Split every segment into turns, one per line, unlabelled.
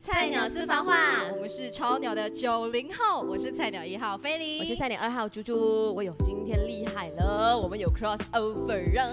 菜鸟私房话
我们是超鸟的九零后，我是菜鸟一号菲林，
我是菜鸟二号猪猪，我有今天厉害了，我们有 crossover 啊！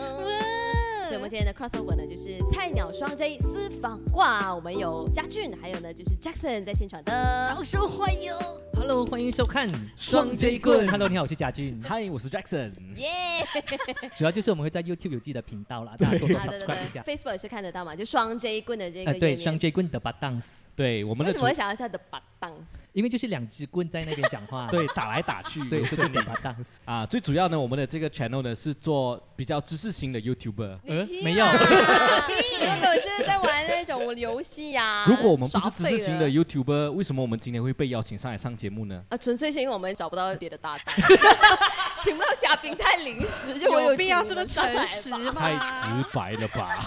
所以我们今天的 crossover 呢，就是菜鸟双 J 私房话，我们有嘉俊，还有呢就是 Jackson 在现场的。
掌声欢迎。
Hello，欢迎收看
双 J 棍
Hello，你好，我是贾俊。
嗨，我是 Jackson。
耶！啊
主要就是我们会在 YouTube 有自己的频道啦，大家多多
啊，对对对
subscribe 一下。
，Facebook 也是看得到嘛，就双 J 棍的这个
呃，
页
对，
面。
双 J 棍的 b a d a n c
对，啊我
为
们的
什
主
么会想要叫 The b a d a n c
因为就是两只棍在那边讲话
。对打来打去，
对，
有
是
时候
棍的 b a d a n c
啊，最主要呢，我们的这个 channel 呢是做比较知识型的 YouTuber。
呃，没有，
啊 根本就是在玩那种游戏呀。
如果我们不是知
啊耍废
识型的
了
YouTuber，为什么我们今天会被邀请上来上节目呢？
啊，纯粹是因为我们找不到别的搭档， 请不到嘉宾太临时，就我
有必
请
要
你
这么
们上
诚
来吧
实？
太
吗？
直白了吧！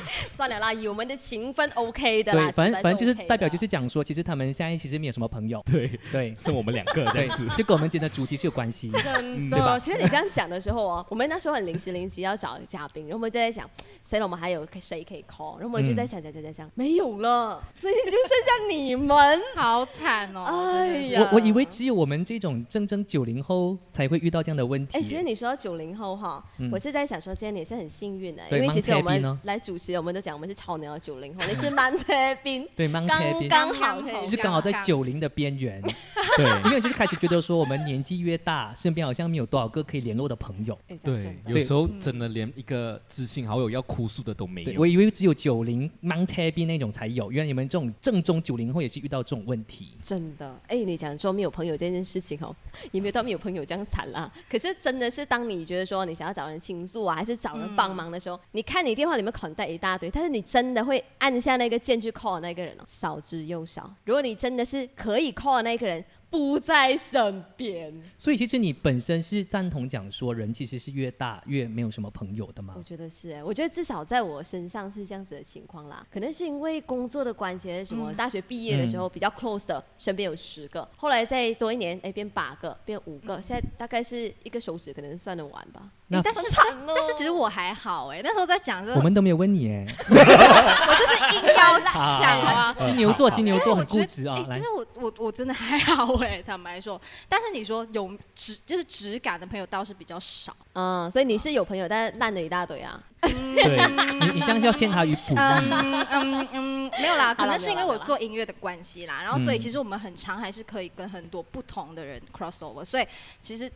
算了啦，有我们的情分 OK 的啦。
对，反
气氛
正反正就是代表就
OK 的
是讲说，其实他们现在其实没有什么朋友，
对，
对
剩我们两个这
对
样子，。
就跟我们今天的主题是有关系。
真
嗯
对
对吧
其实你这样讲的时候哦，我们那时候很临时临时要找嘉宾，然后我们就在想，谁了我们还有谁可以 call，然后我们就在想想想想想，没有了，所以就剩下你们。
好惨哦！
哎
真的是
呀
我我以为只有我们这种正正九零后才会遇到这样的问题。
哎，其实你说到九零后哈，
嗯
我是在想说，今天你是很幸运的，因
对
为其实我
蛮
们
happy 呢
来主持，我们都讲我们是超年的九零后，你是满车宾，
对，mang
刚
happy
刚好可以
刚
就是刚好在九零的边 缘，
对，
因为就是开始觉得说我们年纪越大，身边好像没有多少个可以联络的朋友。
哎讲
对
真，的
有时候真的连一个知心好友要哭诉的都没
对，
有
我。以为只有九零 mang happy 那种才有，原来你们这种正宗九零后也是遇到这种问题。
真的，哎，你讲说没有朋友这件事情哦，也没有到没有朋友这样惨啦。可是真的是，当你觉得说你想要找人倾诉啊，还是找人帮忙的时候，你看你电话里面 contact 一大堆，但是你真的会按下那个键去 call 那个人哦，少之又少。如果你真的是可以 call 的那个人不在身边，
所以其实你本身是赞同讲说人其实是越大越没有什么朋友的嘛
我？觉得是哎，我觉得至少在我身上是这样子的情况啦。可能是因为工作的关系，还是什么、
嗯
大学毕业的时候比较 close 的，身边有十个，后来再多一年，哎，变八个，变五个，
嗯
现在大概是一个手指可能算得完吧。
那
哎但是但但是其实我还好哎，那时候在讲这个，
我
我
们都没有问你哎，
就是硬要讲 啊。
金牛座，金牛
因为
座
我
很
觉
固
得
执啊
哎，
来
其实。我我我真的还好哎，坦白说，但是你说有质就是质感的朋友倒是比较少。
嗯，所以你是有朋友，但是烂了一大堆啊。
对你，你这样叫陷他于 不义。
嗯嗯嗯，没有啦，可能是因为
没有
我
啦
做音乐的关系啦，然后所以
嗯
其实我们很常还是可以跟很多不同的人 crossover，所以其实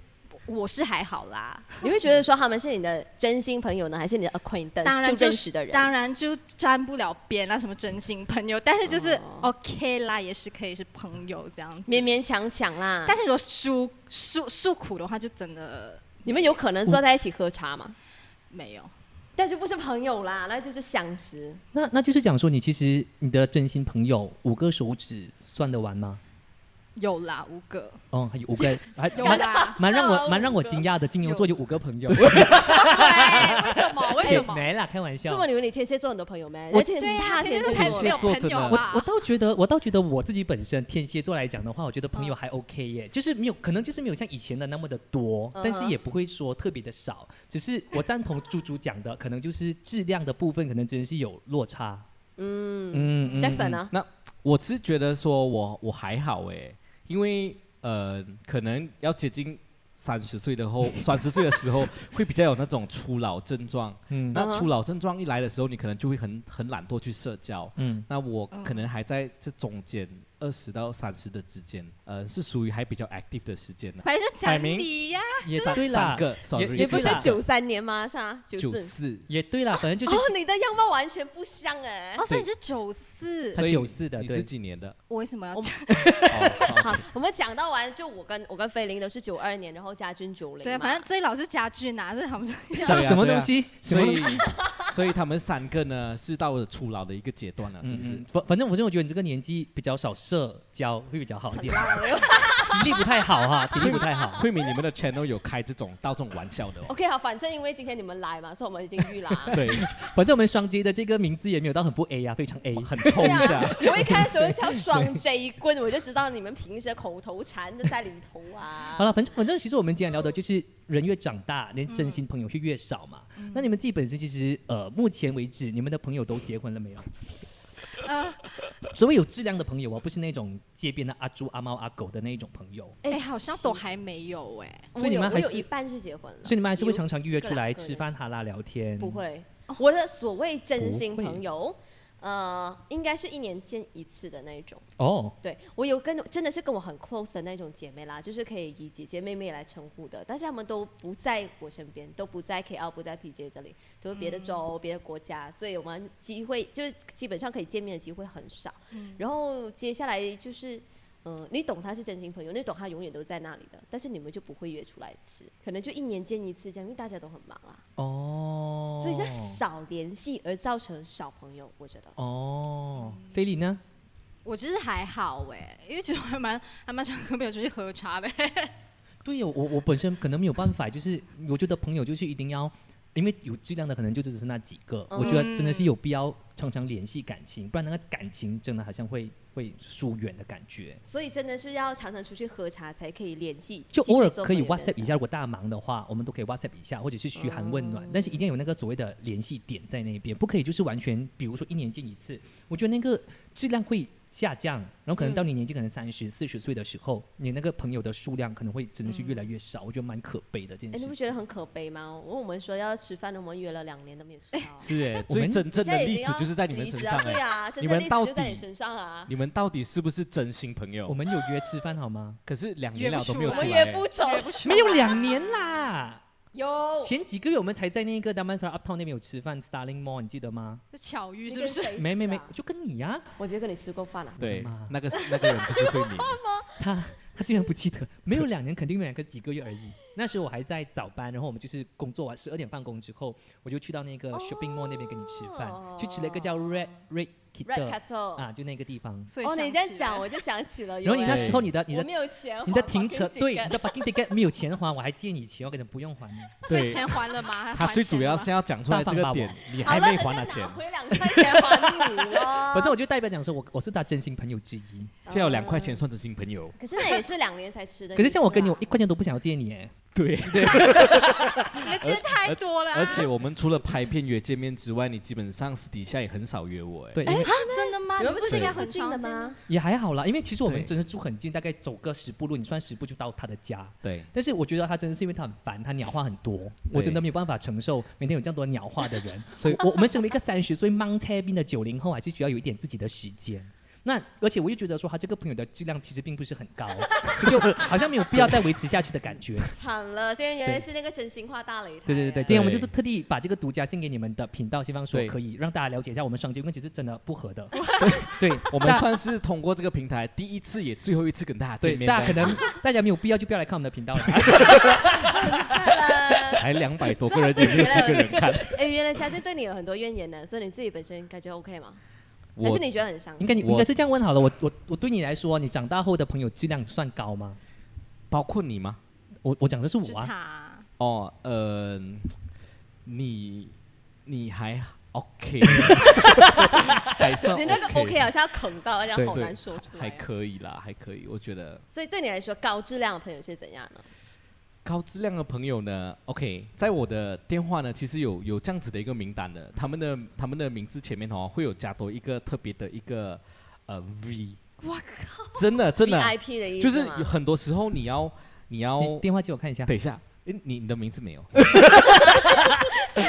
我是还好啦，
你会觉得说他们是你的真心朋友呢，还是你的 acquaintance
当然
呃就
就
认
是
识的人？
当然就沾不了边啦，什么真心朋友，但是就是
哦
OK 啦，也是可以是朋友这样子。
勉勉强强啦。
但是如果诉诉诉苦的话，就真的
你们有可能
嗯
坐在一起喝茶吗？
没有。
但就不是朋友啦，那就是相识。
那那就是讲说，你其实你的真心朋友五个手指算得完吗？
有啦，五个
哦，还有五个，还
有
蛮
啦，
蛮让
五
我蛮让我
个
惊讶的，金牛座有五个朋友。
对，为什么？为
哎
什么？
没啦，开玩笑
这。么你们你天蝎座很多朋友没？
我
天
对啊呀、
怕
天
天
蝎座
蝎
才
座
没有朋
天蝎
友
座
吧
我？倒觉得，我倒觉得我自己本身天蝎座来讲的话，我觉得朋友还 OK 耶，就是没有，可能就是没有像以前的那么的多，但是
嗯哼
也不会说特别的少，只是我赞同猪猪讲的，可能就是质量的部分，可能真的是有落差。嗯嗯
Jackson
呢？
呢？
我是觉得说我我还好诶，因为呃，可能要接近三十岁 的后，三十岁的时候会比较有那种初老症状。
嗯
那
嗯哼
初老症状一来的时候，你可能就会很很懒惰去社交。
嗯
那我可能还在这中间二十到三十的之间，呃，是属于还比较 active 的时间呢。
反正就
摆
讲啊
明
你呀、
也
三
对啦
三，个，sorry，
你不是
是啦啊
九三年吗？是啊，九
九
四。
四，
也对啦，反正就
哦
是，
你的样貌完全不像哎、
哦，所以你是九四
他，
所以
94的
你
对
是几年的？
我为什么要
我
讲？
哦
好，我们讲到完，就我跟我跟菲林都是九二年，然后家军九零。
啊
对，啊反正 追老是家具拿，所以他们
对
什
啊
什么
对啊
东西？什
所
么
以
东西？
所以他们三个呢是到了初老的一个阶段了，是
嗯
不是
嗯，？反反正我就我觉得你这个年纪比较少社交会比较好一点，
啊
体力不太好哈，体力不 太好。
慧敏，你们的 channel 有开这种到这种玩笑的哦？
OK 好，反正因为今天你们来嘛，所以我们已经预 览。
对，
反正我们双 J 的这个名字也没有到很不 A 啊，非常 A，
很冲一下。
我一开始就叫双 J 棍，我就知道你们平时的口头禅都在里头 啊。
好了，反正反正，其实我们今天聊的就是人越长大，连真
嗯
心朋友是 越少嘛。那你们自己本身其实呃，目前为止，你们的朋友都结婚了没有？ 所谓有质量的朋友啊，不是那种街边的阿猪、阿猫、阿狗的那一种朋友，
哎、好像都还没有哎、
所以你们
我
还
有我有
是
一半是结婚了，
所以你们还是会常常
个
约出
两
来
个
吃
人
饭、哈拉聊天。
不，会，我的所谓真心
不会
朋友，呃，应该是一年见一次的那种。
哦，
对我有跟真的是跟我很 close 的那种姐妹啦，就是可以以姐姐妹妹来称呼的，但是她们都不在我身边，都不在 KL，不在 PJ 这里，都是别的州、别的国家，所以我们机会就是基本上可以见面的机会很少。然后接下来就是。嗯，你懂他是真心朋友，你懂他永远都在那里的，但是你们就不会约出来吃，可能就一年见一次这样，因为大家都很忙啦，
哦，
所以就少联系而造成少朋友，我觉得。
哦，
嗯
菲利呢？
我其实还好哎、因为其实我还蛮还蛮常跟朋友出去喝茶 的、
对呀，我我本身可能没有办法，就是我觉得朋友就是一定要，因为有质量的可能就只是那几个，我觉得真的
嗯
是有必要常常联系感情，不然那个感情真的好像会会疏远的感觉。
所以真的是要常常出去喝茶才可以联系，
就
继续
偶尔
做
可以
朋友的
WhatsApp 一下，如果大家忙的话，我们都可以 WhatsApp 一下，或者是嘘寒问
哦
暖，但是一定要有那个所谓的联系点在那边，不可以就是完全，比如说一年见一次，我觉得那个质量会下降，然后可能到
嗯
你年纪可能三十四十岁的时候，你那个朋友的数量可能会真的是越来越少，我觉得蛮可悲的这件
哎、嗯
事
你
情。
不觉得很可悲吗？我我们说要吃饭，我们约了两年都没有吃到。
是哎，
我们
最真
现
正
在
的
已经
例子
要
就是在你们身上
离职啊对
哎，
啊，真
你
正
们
例
到
子就在你
底
身上啊。
你们到底是不是真心朋友？
我们有约吃饭好 吗？
可是两年
约
了
不
都
出
没有
来
出
我
来
们
哎，
走，
也不出
没有
来
两年啦，
有
前几个月我们才在那个 d a m a n s a r Uptown 那边有吃饭，Starling Mall 你记得吗？
是巧遇
你
是
跟
不是？
谁
没没没
吃啊，
就跟你呀、
我觉得跟你吃过饭啊。
对
妈，
那个是那个人不是慧 敏，
他他竟然不记得，没有两年，肯定没有两个几个月而已。那时候我还在早班，然后我们就是工作完十二点放工之后，我就去到那个
哦
shopping mall 那边跟你吃饭，去吃了一个叫 Red Red Kid
Red Cattle。
啊，就那个地方。
所以
哦，
想
你这样
起来
讲我就想起了。
然后你那
有
时候你的
哎
你
我
的
没有钱还 parking ticket，
你的停车对你的 parking ticket 没有钱还，我还借你钱，我跟你讲不 用还你。
所以
对
钱还了吗？还
他
还
最
钱
主要
了吗
是要讲出来这
大
个
方吧
点，你
好
还
了，等
没还他
下
钱
拿，回两块钱还你了。
反正 我就代表讲说我我是他真心朋友之一，
借了两
嗯
块钱算真心朋友。
可是那也是两年才吃的。啊
可是像我跟你，我啊一
一
块钱都不想要借你哎。
对，
你们接太多了啊，
而且我们除了拍片约见面之外，你基本上私底下也很少约我哎。
对，因为
啊真的吗？
你
你
们
们
不
不是
是
应
应
该
该附
很
近的
常见
吗？？
也还好啦，因为其实我们
对
真是住很近，大概走个十步路，你算十步就到他的家。
对，
但是我觉得他真的是因为他很烦，他鸟话很多，我真的没有办法承受每天有这样多鸟话的 人，所以我我们身为一个三十岁mang 车兵的九零后，还是需要有一点自己的时间。那而且我又觉得说他这个朋友的质量其实并不是很高，所以就好像没有必要再维持下去的感觉。
惨了，今天原来是那个真心话大擂台。啊
对对对对，今天我们就是特地把这个独家献给你们的频道，希望说
对
可以让大家了解一下我们双节棍其实真的不合 的。对，
我们
大
算是通过这个平台第一次也最后一次跟大家见
对
面，
大家可能 大家没有必要就不要来看我们的频道了。
了。
才两百 多个人，也没有几个人看。
哎、原来家俊对你有很多怨言呢，所以你自己本身感觉 OK 吗？还
我
是你觉得很伤
应
心？
该你
我
应该是这样问好了，我我我对你来说，你长大后的朋友质量算高吗？
包括你吗？
我我讲的是
就是
我啊，
他，
哦，呃，你你还 OK，还算
你那个 OK 啊
OK
好像要啃到，这样
对
好
对
难说出来
还
啊、
可以啦，还可以，我觉得
所以对你来说，高质量的朋友是怎样呢？啊
高质量的朋友呢，OK，在我的电话呢，其实有有这样子的一个名单的，他们的他们的名字前面哦，会有加多一个特别的一个呃 V，
我
靠，真的真的啊
VIP 的意
就
思
是
吗
有很多时候你要你要
你电话借我看一下，
等一下，诶，你你的名字没有？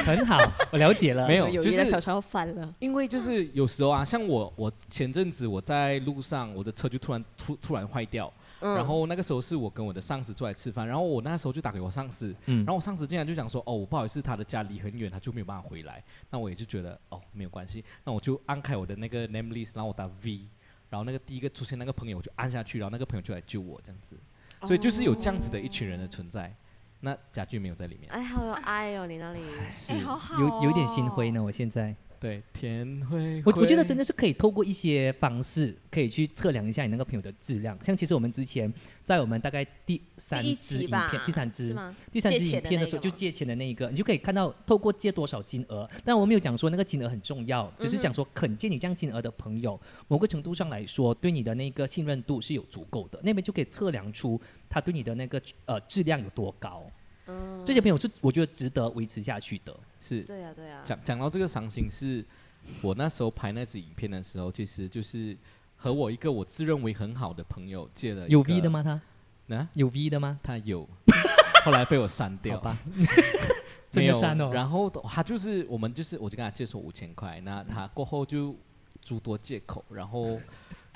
很好，我了解了，
没有
我友
就
谊的
是
小船要翻了。
因为就是有时候啊，像我我前阵子我在路上，我的车就突然突突然坏掉，
嗯
然后那个时候是我跟我的上司坐来吃饭，然后我那时候就打给我上司，
嗯
然后我上司竟然就讲说，哦，我不好意思，他的家离很远，他就没有办法回来。那我也就觉得哦，没有关系，那我就按开我的那个 name list，然后我打 V，然后那个第一个出现那个朋友我就按下去，然后那个朋友就来救我这样子，
哦
所以就是有这样子的一群人的存在。那家具没有在里面，
啊
哎，好有爱哦，你那里。
是
哎，好好、
有有点心灰。呢。我现在，
对田慧
我
慧，
我觉得真的是可以透过一些方式，可以去测量一下你那个朋友的质量。像其实我们之前在我们大概第三
第一
支
集
影
吧
片，，第三支
是吗？
第三
借
支影
钱的
片的
那
时候，
个
就
吗
借钱的那一个，你就可以看到透过借多少金额。但我没有讲说那个金额很重要，只是讲说肯借你这样金额的朋友，某个程度上来说，对你的那个信任度是有足够的，那边就可以测量出他对你的那个呃质量有多高。
嗯，
哦这些朋友是我觉得值得维持下去的。
是
对呀、对呀、啊
讲讲到这个伤心是，我那时候拍那支影片的时候，其实就是和我一个我自认为很好的朋友借了一
有
个
V 的？吗？他
啊，
有 V 的吗？
他 有，后来被我删掉
好。吧，
没
真的
有，
删哦。
然后他就是我们就是我就跟他借说五千块，那他过后就诸多借口，然后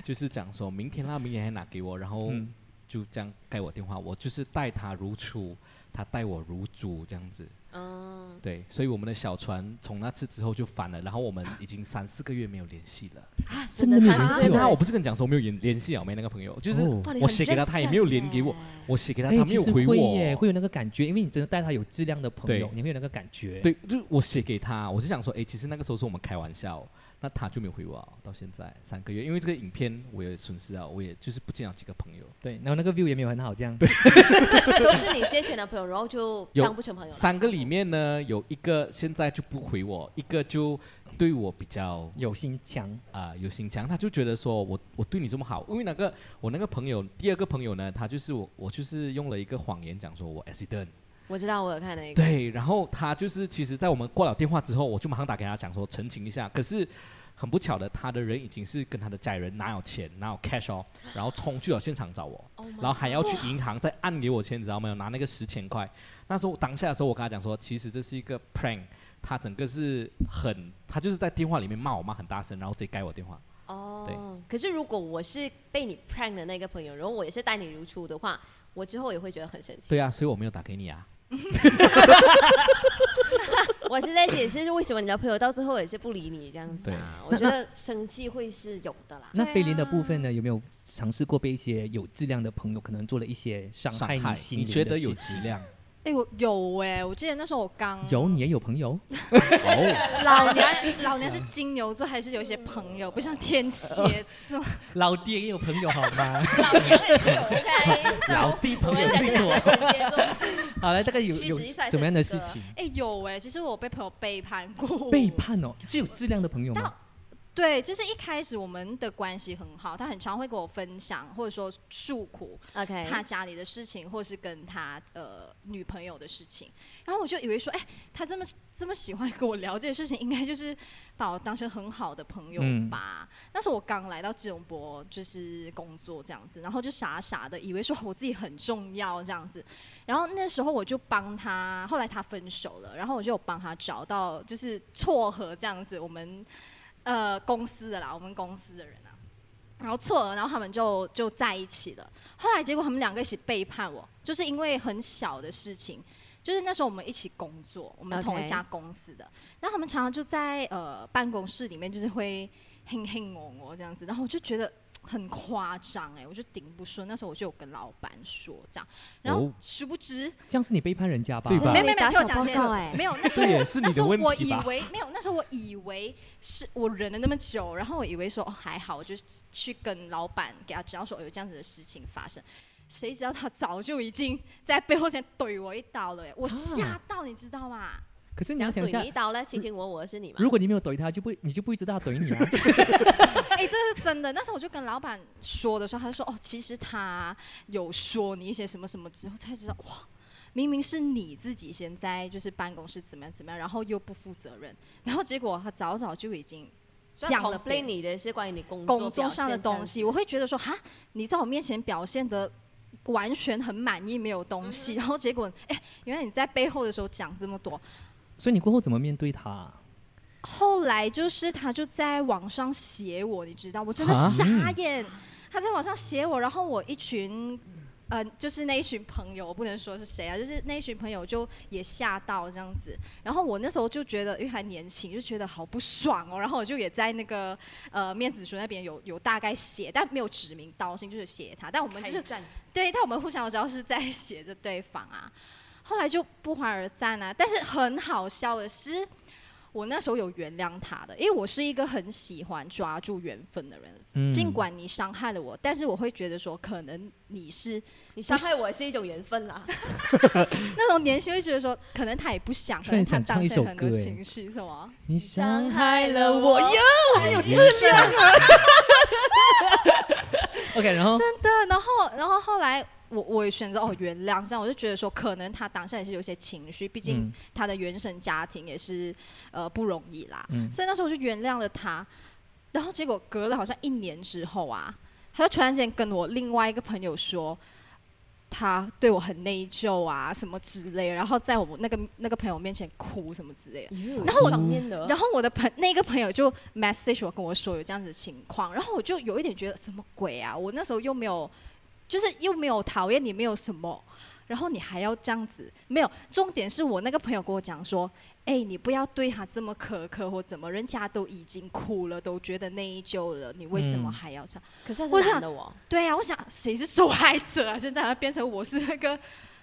就是讲说明天啦，明天还拿给我，然后
嗯
就这样盖我电话，我就是待他如初，他待我如猪这样子。
嗯，
对，所以我们的小船从那次之后就翻了，然后我们已经三四个月没有联系了。
啊，
真的没有
三
联
十
系
岁
那
了
我不是跟你讲说我没有联联系啊，没那个朋友，就是
哦
哇你
我
很
写给他，
认
他也
真
没有连给我
欸，
我写给他，
哎，
他没
其
有
实
回
会耶，会
我。
有那个感觉，因为你真的带他有质量的朋友，
对
你会有那个感觉。，
对，就是我写给他，我是想说，哎，其实那个时候是我们开玩笑，那他就没有回我啊，到现在三个月，因为这个影片我也损失啊，我也就是不见了几个朋友，
对，然后那个 view 也没有很好，这样。
欸 都是你借钱的朋友，然后就
有
当不成朋友了。
三个里面呢，有一个现在就不回我，一个就对我比较
有心强，
啊、有心肠，他就觉得说我我对你这么好，因为那个我那个朋友第二个朋友呢，他就是我我就是用了一个谎言讲说我 accident，
我知道，我有看那个，
对，然后他就是其实，在我们挂了电话之后，我就马上打给他讲说澄清一下，可是很不巧的，他的人已经是跟他的家人拿有钱拿有 cash 哦，然后冲去了现场找我，
Oh my
然后还要去银行再按给我钱，你知道没有？拿那个十千块。那时候当下的时候，我跟他讲说，其实这是一个 prank，他整个是很，他就是在电话里面骂我骂很大声，然后直接改我电话。
哦
对，
可是如果我是被你 prank 的那个朋友，然后我也是待你如初的话，我之后也会觉得很生气。
对啊，所以我没有打给你啊。
我是在解释为什么你的朋友到最后也是不理你这样子啊。我
对
觉得生气会是有的 啦。
那
对
菲林的部
啊
分呢？有没有尝试过被一些有质量的朋友可能做了一些伤
伤
害
害
你，心
你
灵的
觉得
事
有
情
质量？
哎、我有哎、我记得那时候我刚
有你也有朋友，
哦，
老娘 老娘是金牛座，还是有一些朋友，不像天 蝎座。
老爹也有朋友好吗？
老娘也是有 OK，
老弟
我
朋
们
友
两
最
个都
多。
是天蝎座。
好了，大概有
屈
有
指一算
什么样的
是
事
这个
情？
哎、有哎、其实我被朋友背叛过。
背叛哦，这有质量的朋友吗？
对，就是一开始我们的关系很好，他很常会跟我分享，或者说诉苦
OK，
他家里的事情，或是跟他呃女朋友的事情。然后我就以为说，哎、他这么这么喜欢跟我聊这些事情，应该就是把我当成很好的朋友
嗯
吧。那时候我刚来到吉隆坡，就是工作这样子，然后就傻傻的以为说我自己很重要这样子。然后那时候我就帮他，后来他分手了，然后我就有帮他找到就是撮合这样子，我们呃公司的啦，我们公司的人啊，然后撮合，然后他们就就在一起了。后来结果他们两个一起背叛我，就是因为很小的事情。就是那时候我们一起工作，我们
OK
同一家公司的然后他们常常就在呃办公室里面，就是会哼哼我我这样子，然后我就觉得很夸张哎，我就顶不顺。那时候我就有跟老板说这样，然后
哦
殊不知
这样是你背叛人家吧？
对吧
没没没，
打
听我
小
讲
报
先
告哎，
没有，那时候
这也
我
是你
那
的
时候
问
我
题
以
吧
为没有，那时候我以为是我忍了那么久，然后我以为说哦还好，我就去跟老板给他知道说哦有这样子的事情发生。谁知道他早就已经在背后先怼我一刀了耶，
啊
我吓到你知道吗？
可是你要
讲怼
想一下
你一，刀呢，亲亲我我是你嘛？
如果你没有怼他，就不你就不会知道他怼你啊。
哎、这是真的。那时候我就跟老板说的时候，他就说：“哦，其实他有说你一些什么什么之后，才知道哇，明明是你自己先在就是办公室怎么样怎么样，然后又不负责任，然后结果他早早就已经讲了
play 你的是关于你工
工
作
作
表
上的
现这样
东
子
西，我会觉得说哈，你在我面前表现的完全很满意，没有东
嗯
西，然后结果哎、原来你在背后的时候讲这么多。
所以你过后怎么面对他啊？
后来就是他就在网上写我，你知道，我真的
啊
傻眼。他在网上写我，然后我一群，呃，就是那一群朋友，我不能说是谁啊，就是那一群朋友就也吓到这样子。然后我那时候就觉得，因为还年轻，就觉得好不爽哦。然后我就也在那个呃面子书那边有有大概写，但没有指名道姓，就是写他。但我们就是
战
对，但我们互相都知道是在写着对方啊。 后来就不欢而散啊。但是很好笑的是，我那时候有原谅他的，因为我是一个很喜欢抓住缘分的人。
嗯，
尽管你伤害了我，但是我会觉得说，可能你是
你伤害我是一种缘分啊啦。
那种年轻，会觉得说，可能他也不想，可
突然
能他
想唱
当
一
下
首
很多
歌欸
情绪什么。
你伤害。
了我哟，有质量。
OK，然后
真的，然后然后后来我我选择哦原谅，这样我就觉得说，可能他当下也是有一些情绪，毕竟
嗯
他的原生家庭也是呃不容易啦，
嗯
所以那时候我就原谅了他。然后结果隔了好像一年之后啊，他就突然间跟我另外一个朋友说，他对我很内疚啊什么之类，然后在我们那个那个朋友面前哭什么之类的。
然后我面的，哦
然后我的朋那个朋友就 message 我跟我说有这样子的情况，然后我就有一点觉得什么鬼啊！我那时候又没有，就是又没有讨厌你，没有什么，然后你还要这样子，没有。重点是我那个朋友跟我讲说，哎、你不要对他这么苛刻或怎么，人家都已经哭了，都觉得内疚了，你为什么
嗯
还要这样？
可是
我
他是
想
男的哦我，
对啊，我想谁是受害者啊？现在还变成我是那个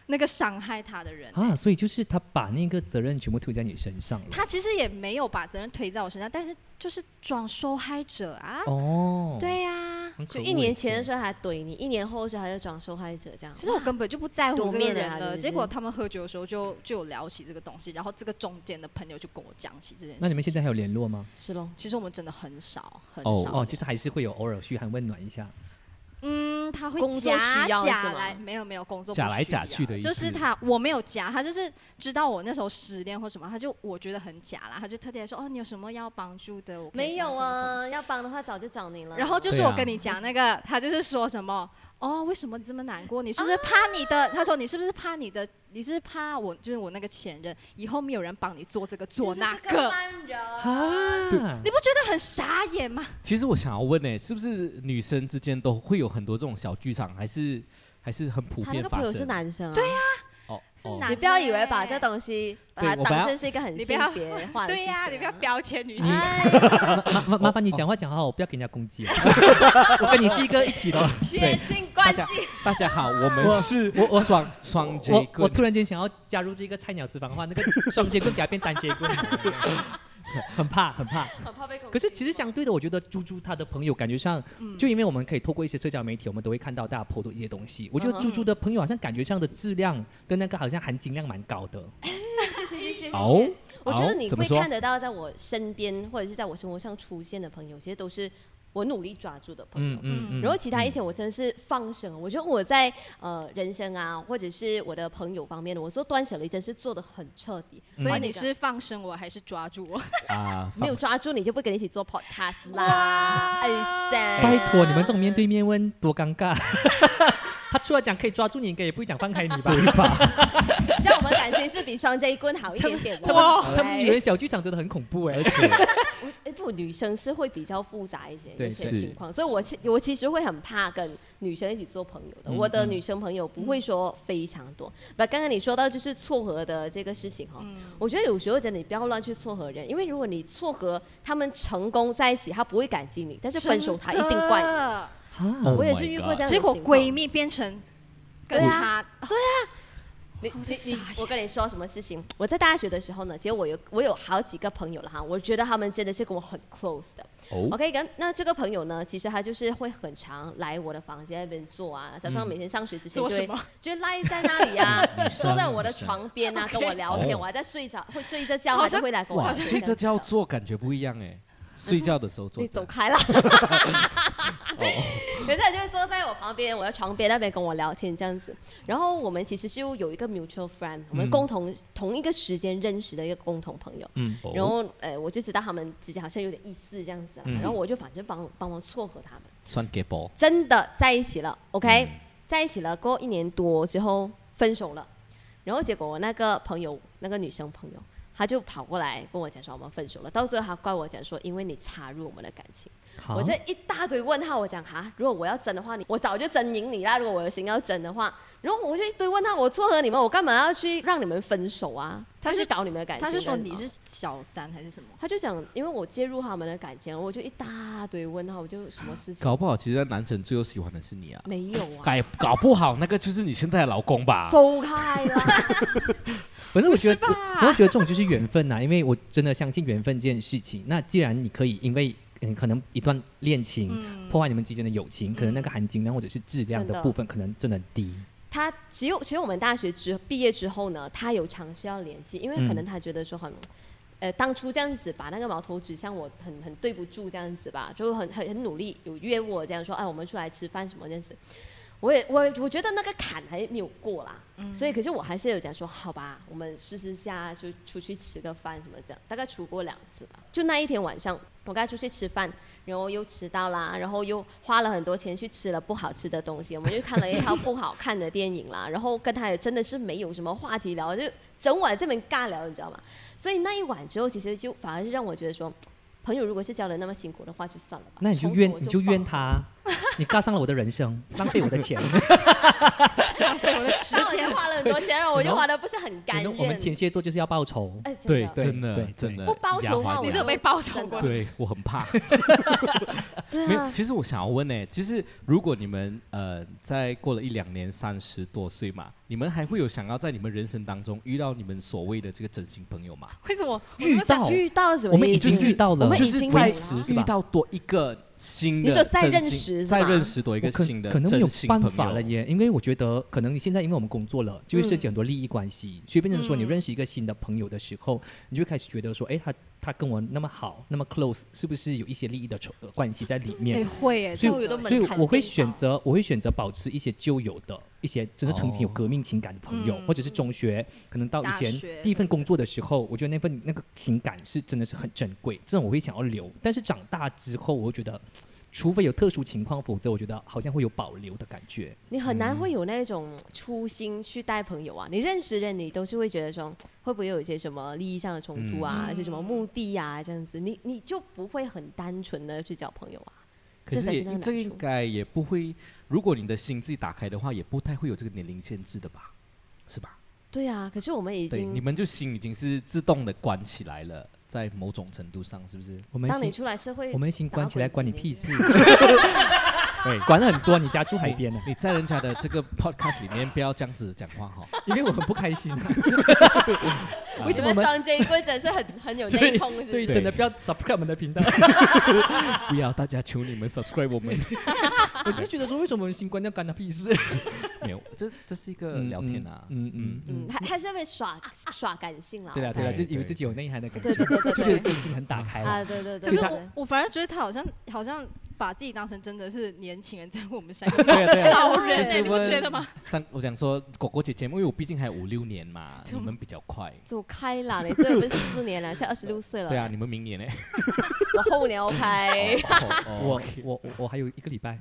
那个伤害他的人、
啊，所以就是他把那个责任全部推在你身上了。
他其实也没有把责任推在我身上，但是就是装受害者啊。
哦，，
对呀、
很可
就一年
恶
前的
耶
时候还怼你，一年后的时候还在装受害者这样。
其实我根本就不在乎
多
这个
面
人
啊
了。
就是
结果他们喝酒的时候就就有聊起这个东西，然后这个中间的朋友就跟我讲起这件事。
那你们现在？还有联络吗？
是咯，
其实我们真的很少很
哦
少
哦，就是还是会有偶尔嘘寒问暖一下。
嗯，他会
工作
假
需要是
假
吗
来，没有没有工作不
假来
需要
假去的意
就是
思
他我没有假，他就是知道我那时候失恋或什么，他就我觉得很假啦，他就特地来说哦，你有什么要帮助的？我可以
没有
帮什么什么
啊，要帮的话早就找你了。
然后就是
对啊
我跟你讲那个，他就是说什么哦，为什么你这么难过？你是不是怕你的？他说你是不是怕你的？你是不是怕我就是我那个前任以后没有人帮你做这个做那个？
啊，
你不觉得很傻眼吗？
其实我想要问呢、是不是女生之间都会有很多这种小剧场，还是还是很普
他那
遍
个
发
朋
生？
友是男生啊，对呀，
哦，
是
哦
男
你不要以为把这东西把它
对我不要
当成是一个很
你不
性
要
别化的啊
对呀、你不要
表。
标签女性。
哎
麻麻麻烦你讲话讲好，我不要给人家攻 击啊。我跟你是一个一体 的。哦
撇清关系
大。家大家好，我们
我
是
我我
双双 J
我我
棍
突然间想要加入这个菜鸟私房话，那个双节棍给它变单节棍， 很怕很怕。可是其实相对的，我觉得猪猪他的朋友感觉上，
嗯
就因为我们可以透过一些社交媒体，我们都会看到大家 PO 的一些东西。
嗯
我觉得猪猪的朋友好像感觉上的质量跟那个好像含金量蛮高的。
谢谢谢谢谢
哦
谢。我觉
哦
得你
怎么
会
说
看得到，在我身边或者是在我生活上出现的朋友，其实都是我努力抓住的朋友。
嗯嗯嗯。
然后其他一些我真的是放生了，我觉得我在呃人生啊，或者是我的朋友方面，我做断舍离真是做的很彻底。
嗯
所以
把
你
的
是放生我还是抓住我？
啊，
没有
放
抓住你就不跟你一起做 podcast 啦，哎塞！
拜托你们这种面对面问多尴尬。 他除了讲可以抓住你，应该也不会讲放开你吧？
这样我们感情是比双 J 棍好一点 点的。
他们女
哎
人小剧场真的很恐怖哎、
哎不，女生是会比较复杂一些，
对
有些
是
情况，所以我其我其实会很怕跟女生一起做朋友的。
嗯
我的
嗯
女生朋友不会说非常多，那刚刚你说到就是撮合的这个事情哈，
嗯
我觉得有时候真的你不要乱去撮合人，因为如果你撮合他们成功在一起，他不会感激你，但是分手他一定怪你。
怪
啊
，Oh
我也
my
是遇过这样
God
的
结果
情况
闺蜜变成跟
对
他
啊你
我
你
是
你
傻眼，
我跟你说什么事情？我在大学的时候呢，其实我有我有好几个朋友了哈，我觉得他们真的是跟我很 close 的。
哦，
OK，跟那这个朋友呢，其实他就是会很常来我的房间那边坐啊，早
嗯
上每天上学之前就
做什
会
么？
就赖在那里 啊，
生
坐在我的
女生
床边啊，跟我聊天，
哦
我还在睡着，会睡着觉，
好
他
像
就会来跟我
哇，
聊
睡
天。
着觉做感觉不一样哎，睡觉的时候做
你
这
走
样，
开啦！
哦
有些人就会坐在我旁边，我的床边那边跟我聊天这样子。然后我们其实是有一个 mutual friend，我
嗯
们共同、同一个时间认识的一个共同朋友。
嗯，
哦
然后，呃，我就知道他们之间好像有点意思这样子啦，啊
嗯
然后我就反正帮帮忙撮合他们，
算给包，
真的在一起了，OK，、
嗯
在一起了，过一年多之后分手了，然后结果我那个朋友，那个女生朋友，她就跑过来跟我讲说我们分手了，到最后她怪我讲说因为你插入我们的感情，
好
我这一大堆问号，我讲哈，如果我要争的话，你我早就争赢你啦，如果我的心要争的话，然后我就一堆问号，我撮合你们，我干嘛要去让你们分手啊？
他是
去搞你们的感情，
他是说
干什
你
么
是小三还是什么？
他就讲，因为我介入他们的感情，我就一大堆问号，我就什么事情
搞不好其实男生最后喜欢的是你啊，
没有啊，
改搞不好那个就是你现在的老公吧？
走开啦！
反正我觉得，我我觉得这种就是缘分啊呐、因为我真的相信缘分这件事情。那既然你可以因为嗯，可能一段恋情、
嗯
破坏你们之间的友情，可能那个含金量或者是质量
真
的
的
部分，可能真的低。
他只有只有我们大学之毕业之后呢，他有尝试要联系，因为可
嗯
能他觉得说很。呃，当初这样子把那个矛头指向我，很很对不住这样子吧，就很很很努力，有约我这样说，哎，我们出来吃饭什么这样子。我也我我觉得那个坎还没有过啦，
嗯
所以可是我还是有讲说，好吧，我们试试下，就出去吃个饭什么这样，大概出过两次吧。就那一天晚上，我跟他出去吃饭，然后又迟到啦，然后又花了很多钱去吃了不好吃的东西，我们就看了一套不好看的电影啦，然后跟他也真的是没有什么话题聊，就整晚这边尬聊，你知道吗？所以那一晚之后，其实就反而是让我觉得说，朋友如果是交的那么辛苦的话，就算了吧。
那你就
哦从此
怨
我
你就怨
放
他啊，你搭上了我的人生，浪费我的 钱。
浪 费我的时
然后我
间
就。花了很多钱，然后我就花的不是很甘
我
愿
们。我们天蝎座就是要报仇。
哎，真
对
的，
真
对
的
对
真的
不包
牙啊
仇骂
还
我
牙
你是有被报仇过的？
对我很怕。没
对
有，
啊，
其实我想要问呢、欸就是如果你们呃，在过了一两年，三十多岁嘛，你们还会有想要在你们人生当中遇到你们所谓的这个真心朋友吗？
为什么
遇到
遇到什么
我们
已
已
经
经遇到了
我，们
就
哦已
是
经
在
有了
是
遇
吧
到多一个新的
你说
真心，
再认识是
再
吧
认识多一个
我可
新的
可能没
真
有
心
办
朋
法了
友。
耶，因为我觉得可能你现在因为我们工作了，就会涉及很多利益关系，所以变成说你
嗯
认识一个新的朋友的时候，你就会开始觉得说，哎，他他跟我那么好，那么 close，是不是有一些利益的仇呃关系在里
哎、
面？
会耶、
所以
交友的门
所以
槛
我会
见到
选择我会选择保持一些旧有的一些，真的曾经有革命情感的朋友，
嗯
或者是中学，可能到以
大
前
学
第一份工作的时候，我觉得那份那个情感是真的是很珍贵，这种我会想要留。但是长大之后，我会觉得。除非有特殊情况，否则我觉得好像会有保留的感觉。
你很难会有那种初心去带朋友啊。你认识人，你都是会觉得说，会不会有一些什么利益上的冲突啊，
嗯
一些什么目的啊，这样子，你你就不会很单纯的去交朋友啊。
可
这才是
是也
那个
这
难
应
处
该也不会，如果你的心自己打开的话，也不太会有这个年龄限制的吧？是吧？
对啊，可是我们已
对，你
经，
们就心已经是自动的关起来了，在某种程度上，是不是？
我们
当你
心
出来社会，
我们心关起来，
打
关
滚几
你屁
年
事！ 对，管很多。你家住海边呢、
你在人家的这个 podcast 里面不要这样子讲话哈。
因为我很不开心、啊 为什
我
么
们
我们
双 J 棍真是很很有内
对
讧？是不
对，
是
真的不要 subscribe 我们的频 道。
不要，大家求你们 subscribe 我们。
我只是觉得说，为什么我们心关要干他屁事？
没有，这这是一个 聊天啊。
嗯嗯
嗯，还还是会耍耍感性啦。
对啊啦
我
对啦，
感
就
觉
以为自己有内涵的感觉，
对对对对
就觉得自己心很打开
啊，
了。
对对对。
可
对
是
对
我我反而觉得他好像好像把自己当成真的是年轻人在问我们 三个
对啊对啊，
老人
就
哎、
是
你不觉得吗？
上我讲说，狗狗姐姐，因为我毕竟还有五六年嘛，
对
你们比较快。
走开啦！你这不是四年了，现在二十六岁了。
对啊，你们明年呢？哦
我后年 OK。
我我我我还有一个礼 拜，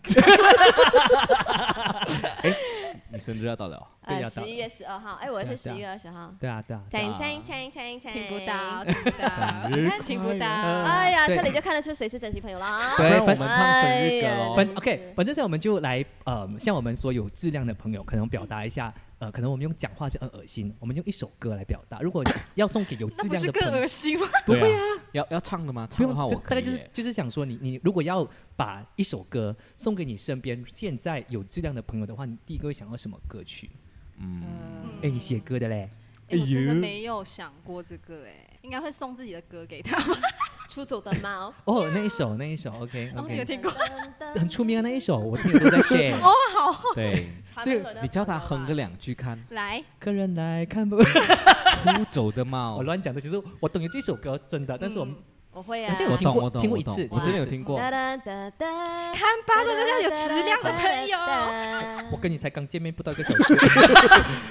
你生日要到了，哦
对
呃，
要到
十一月十二号，哎，我是
对啊
十一月二十号。
对啊对啊，
锵
啊
锵锵锵锵，
听不到，。听不 到，
生日
哎听不到。啊
哎呀，
对
这里就看得出谁是真心朋友了啊！
对
不然我
反
们唱生日歌
哎呀
喽。
反
是
OK，反正现在我们就来呃，向我们所有质量的朋友，可能表达一下，呃，可能我们用讲话是很恶心，我们用一首歌来表达。如果要送给有
那
质
不
量
是
的
更
朋友
恶，心吗？
对啊，要要唱的吗？
不
唱
用
的话，
这
我
大
可
概
以
就是
耶。
就是想说你，你如果要把一首歌送给你身边现在有质量的朋友的话，你第一个会想到什么歌曲？
嗯，
哎，你写歌的嘞，
哎我真的
哎呦
没有想过这个哎、应该会送自己的歌给他们。
出走的猫，
哦，那一首那一首，OK
哦你有
OK，
听过？。
很出名啊那一首，我听友都在 share。
对，
他
所以
们可能
你叫他
不懂
哼
啊
个两句看
来，
客人来看不，
出走的猫
我，乱讲的。其实我懂有这首歌真的，但是我
嗯
我会啊。
而且
我
我听
懂，
过
我懂，
听过
我
一
懂
次
我真的
一
有
次
听过。
哒哒哒哒
看吧，这就是有质量的朋 友。啊
我跟你才刚见面不到一个小时，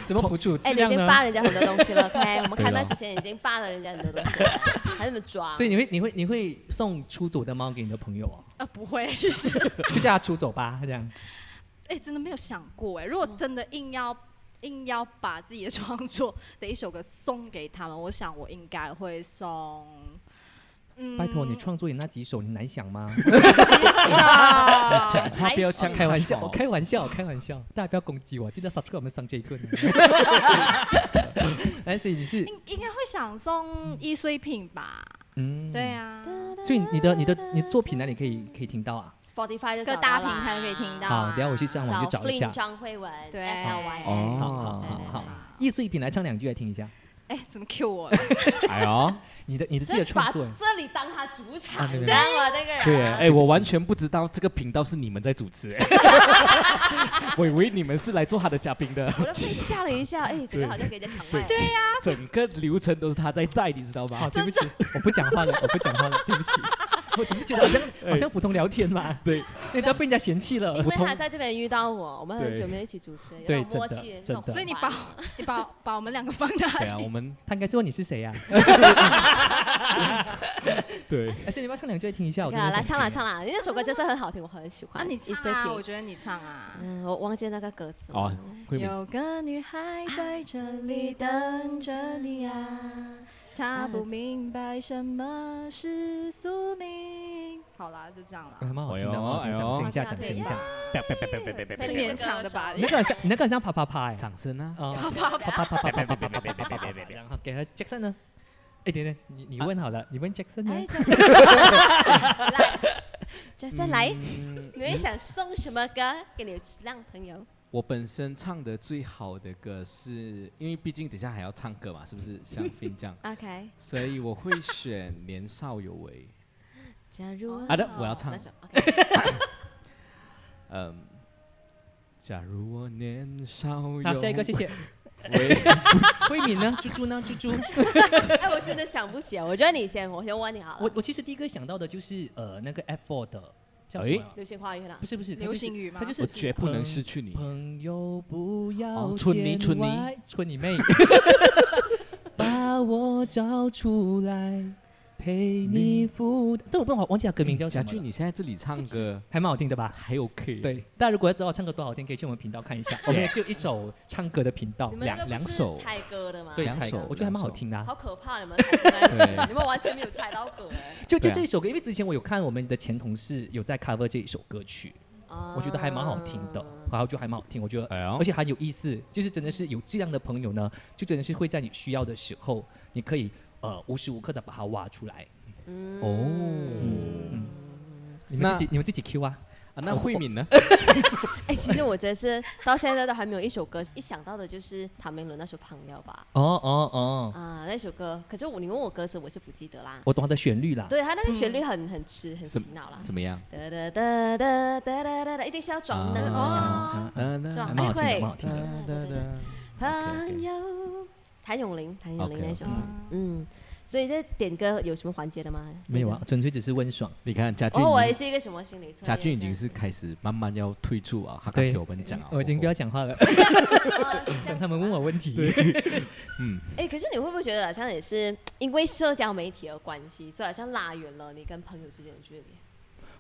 怎么不出
哎，
质
你已
量
经
呢？
扒人家很多东西了，OK？我们
对
开麦
了
之前已经扒了人家很多东西了，还那么抓。
所以你会你会你会送出走的猫给你的朋友哦，
呃，不会，其实，
就叫他出走吧，这样。
哎、真的没有想过哎、如果真的硬要硬要把自己的创作的一首歌送给他们，我想我应该会送，嗯，
拜托你创作你那几首，你难想吗？
几首
讲话不要像
开玩笑，我
哦
开玩笑，我开玩笑，大家不要攻击我，记得 subscribe 我们上这一个。哎，所以你是
应应该会想送易碎品吧？
嗯，
对。啊，
所以你的你的你的作品哪里可以可以听到啊？
Spotify 就
各
找
大
到啦
平台都可以听到
好
啊。，
等下我去上网去找一
Flynn
下。
张惠雯，
对
FLYN
哦
好好好好，艺术一品来唱两句来听一下。
哎、怎么 Q 我？
哎呦，
你的你的自己
这
的创作
把，这里当他主场
啊，没
你知
问题
道吗？这个人，
对，哎，我完全不知道这个频道是你们在主持，哎，我以为你们是来做他的嘉宾的，
我都被吓了一下，哎，整个好像给人家抢麦。对呀，
整个流程都是他在带，你知道吗
哦好，？对不起，我不讲话了，我不讲话了，对不起。我只是觉得好像好像普通聊天嘛，
对，
人家被人家嫌弃了，
因
普
为
通
他在这边遇到我，我们很
对
久没有一起主持了，有
对
种默
真的
契，
真的
所
啊
以你把你把把我们两个放哪
对啊，
里？
我们
他应该知道你是谁啊呀、
对
而且哎你要不要唱两句来听一下，我真
看
的
来
想
唱啦
听
唱啦，那首歌真是很好听， 我很喜欢。
啊，你
一
唱
直
啊，
听
我觉得你唱啊。
嗯，我忘记那个歌词了。
哦，慧敏
有个女孩在这里等着你啊，她不明白什么是宿命。好啦，就这样
啊
啦。
蛮好听的，
哎呦
蛮好听的，
哎呦
掌声一下，
好
掌
听
声一下
好，
啪啪啪啪啪啪啪
是
啪
勉强的吧？
那个很像，你那个很像啪啪啪哎，
掌声啊，
啊，
好吧，
啪啪啪啪啪啪啪啪啪啪啪，然后给他 Jackson 呢？哎，等等，你你问好了，你问 Jackson 呢
哎，？Jason 来，Jason 来，
嗯
你会想送什么歌给你的质量朋友？
我本身唱的最好的歌是，因为毕竟等一下还要唱歌嘛，是不是？像 f 这样，
OK，
所以我会选《年少有为
假如
啊对我要唱
哦那首 OK，》。
嗯，假如我年少有为，
好，下一个，谢 谢。慧敏呢？猪猪呢？猪猪，
哎，我真的想不起来，我觉得你先，我先问你好
我
了。
我其实第一个想到的就是呃那个 F4 的叫什
哎
么啊？
流星花园啦
不，是不是，它
流
就是
行语吗
它就
我
是
绝不能失去你。
朋友不要
哦春泥
见
春泥
外，春你 妹，把我找出来，陪你负担。这我不懂，忘记他歌名叫什
小
么
俊，
了，
你现在这里唱歌
还蛮好听的吧？
还 OK，，
对，大家如果要知道唱歌多好听，可以去我们频道看一下，我们也是有一首唱歌的频道
你，们那
两
个不
两
是
首
猜歌的吗？
对，
两
猜歌
首
我觉得还蛮
两
好
首
听的啊、
好可怕，你们猜歌在一起，你们完全没有猜到歌哎。
就就
对啊
这一首歌，因为之前我有看我们的前同事有在 cover 这一首歌曲，
啊
我觉得还蛮好听的，
哦
然后就还蛮好听，我觉得
哎呦
而，且很有意思，就是真的是有质量的朋友呢，就真的是会在你需要的时候，你可以呃无时无刻的把它挖出来。
嗯
哦
嗯你们自己你们自己 Q 啊，
啊那慧敏呢？
哎，其实我真是到现在都还没有一首歌，一想到的就是唐明伦那首《朋友》吧。
哦哦哦，
啊，那首歌，可是我你问我歌词，我是不记得啦。
我懂它的旋律啦。
对他那个旋律
嗯
很很吃，很
什
洗
么
脑啦。
怎么样？
哒哒哒哒哒哒哒哒，一定是要装那个
啊
哦。
啊啊
嗯，
是吧
还蛮好
哎
听的，
会
蛮好听的。
哦朋友，谭咏麟，谭咏麟
OK，OK
那首歌，嗯。所以这点歌有什么环节的吗？
没有啊，纯粹只是温爽。
你看家
那
俊
个。哦，我
已
也
经，
是一个什么心理测验？
家俊已经是开始慢慢要退出啊，他刚
对
给我们讲啊，
我已经不要讲话 了，
这样哦是这
让
样
他们问我问题。
嗯，
哎，可是你会不会觉得好像也是因为社交媒体的关系，所以好像拉远了你跟朋友之间的距离？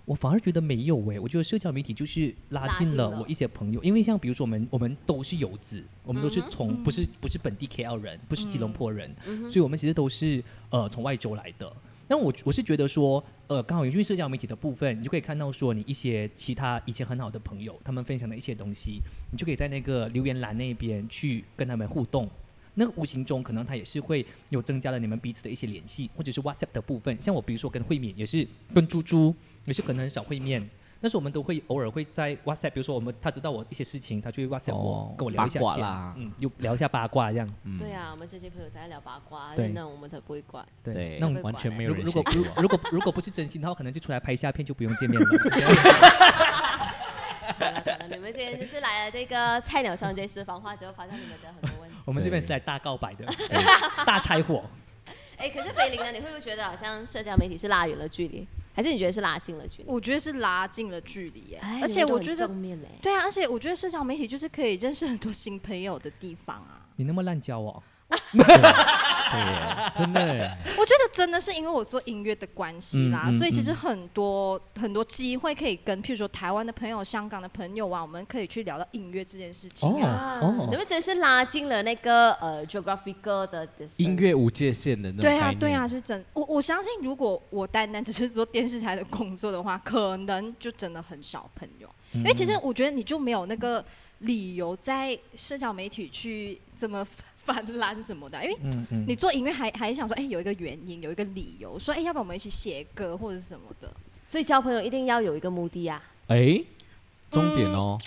我反而觉得没有诶、我觉得社交媒体就是拉近
拉近了
了我一些朋友，因为像比如说我们我们都是游子，我们都是
嗯哼
从
嗯
不是不是本地 KL 人，不是吉隆坡人，
嗯哼
所以我们其实都是呃从外州来的。那我我是觉得说，呃，刚好因为社交媒体的部分，你就可以看到说你一些其他以前很好的朋友，他们分享的一些东西，你就可以在那个留言栏那边去跟他们互动。那无形中可能它也是会有增加了你们彼此的一些联系，或者是 WhatsApp 的部分。像我比如说跟慧敏也是跟猪猪也是可能很少会面，但是我们都会偶尔会在 WhatsApp，比如说我们他知道我一些事情，他就会 WhatsApp 我、
哦
跟我聊一下
八卦
天
啦
嗯，又聊一下八卦这样。
嗯
对，啊，我们这些朋友才在聊八卦，
对
那我们才不会管。
对，
那
种
完全没有
如
人
如果
写
如
过
如果如果不是真心的话，可能就出来拍一下片就不用见面了。
好了好了，你们今天就是来了这个菜鸟上街私房话之后，发现你们真的很多问题。
我们这边
对
是来大告白的，大拆伙。
哎，可是菲林呢？你会不会觉得好像社交媒体是拉远了距离，还是你觉得是拉近了距离？
我觉得是拉近了距离耶
哎，
而且我觉
你
得
们都很正面嘞，欸
对啊，而且我觉得社交媒体就是可以认识很多新朋友的地方啊。
你那么滥交哦，
对，真的耶。
我觉得真的是因为我做音乐的关系啦，
嗯嗯
所以其实
嗯
很多很多机会可以跟，譬如说台湾的朋友、香港的朋友啊，我们可以去聊到音乐这件事情、啊。
啊
哦
你们觉得是拉近了那个呃 geographical 的 distance？
音乐无界限的那种
对
概
啊，
念
对啊，，是真。我我相信，如果我单单只是做电视台的工作的话，可能就真的很少朋友，因为其实我觉得你就没有那个理由在社交媒体去这么 泛滥什么的，啊因为
嗯嗯
你做音乐还还想说，哎、有一个原因，有一个理由，说，哎、要不要我们一起写歌或者是什么的？
所以交朋友一定要有一个目的啊。
哎，重
嗯
点哦，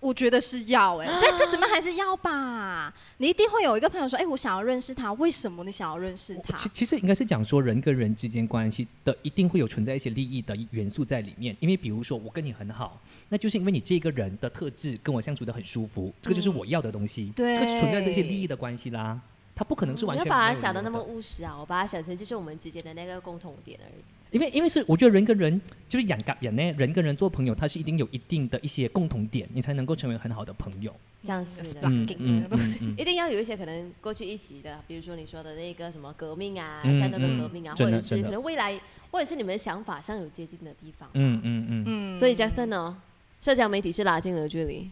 我觉得是要、哎，这这怎么还是要吧？你一定会有一个朋友说，哎、我想要认识他，为什么你想要认识他？
其其实应该是讲说人跟人之间关系的，一定会有存在一些利益的元素在里面。因为比如说我跟你很好，那就是因为你这个人的特质跟我相处的很舒服，这个就是我要的东西。
对
这个就存在这些利益的关系啦。他不可能是完
你要
全
把它
没有
想的
理
那
由
么务实啊，我把它想成就是我们之间的那个共同点而已。
因为因为是我觉得人跟人就是养感养呢，人跟人做朋友，他是一定有一定的一些共同点，你才能够成为很好的朋友。
这样子的，
嗯 Sparking 那个东西
一定要有一些可能过去一起的，比如说你说的那个什么革命啊，
嗯
战斗的
嗯
革命啊，
真
或
的
者是
真的
可能未来，或者是你们想法上有接近的地方。
嗯嗯嗯
嗯，
所以 Jackson 呢，社交媒体是拉近了距离。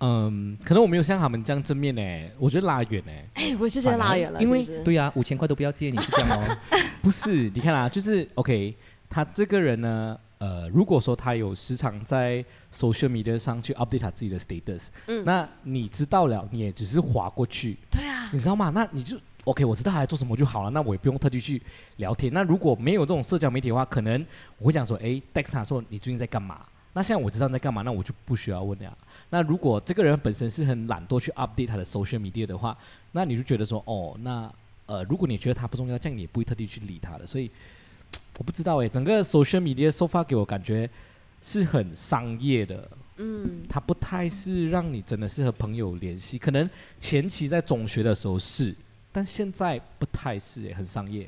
嗯，可能我没有像他们这样正面呢、我觉得拉远呢、
哎， 我是觉得拉远了，
因为
其实
对呀、啊，五千块都不要借，你是这样哦。
不是，你看啊，就是 OK，他这个人呢，呃，如果说他有时常在 social media 上去 update 他自己的 status，
嗯
那你知道了，你也只是划过去，
对啊，
你知道吗？那你就 OK，我知道他在做什么就好了，那我也不用特地去聊天。那如果没有这种社交媒体的话，可能我会讲说，诶 d e x 他说你最近在干嘛？那现在我知道你在干嘛，那我就不需要问了。那如果这个人本身是很懒惰去 update 他的 social media 的话，那你就觉得说，哦，那呃，如果你觉得他不重要，这样你也不会特地去理他的。所以我不知道诶，整个 social media so far 给我感觉是很商业的，
嗯，
它不太是让你真的是和朋友联系，可能前期在中学的时候是，但现在不太是、欸，很商业。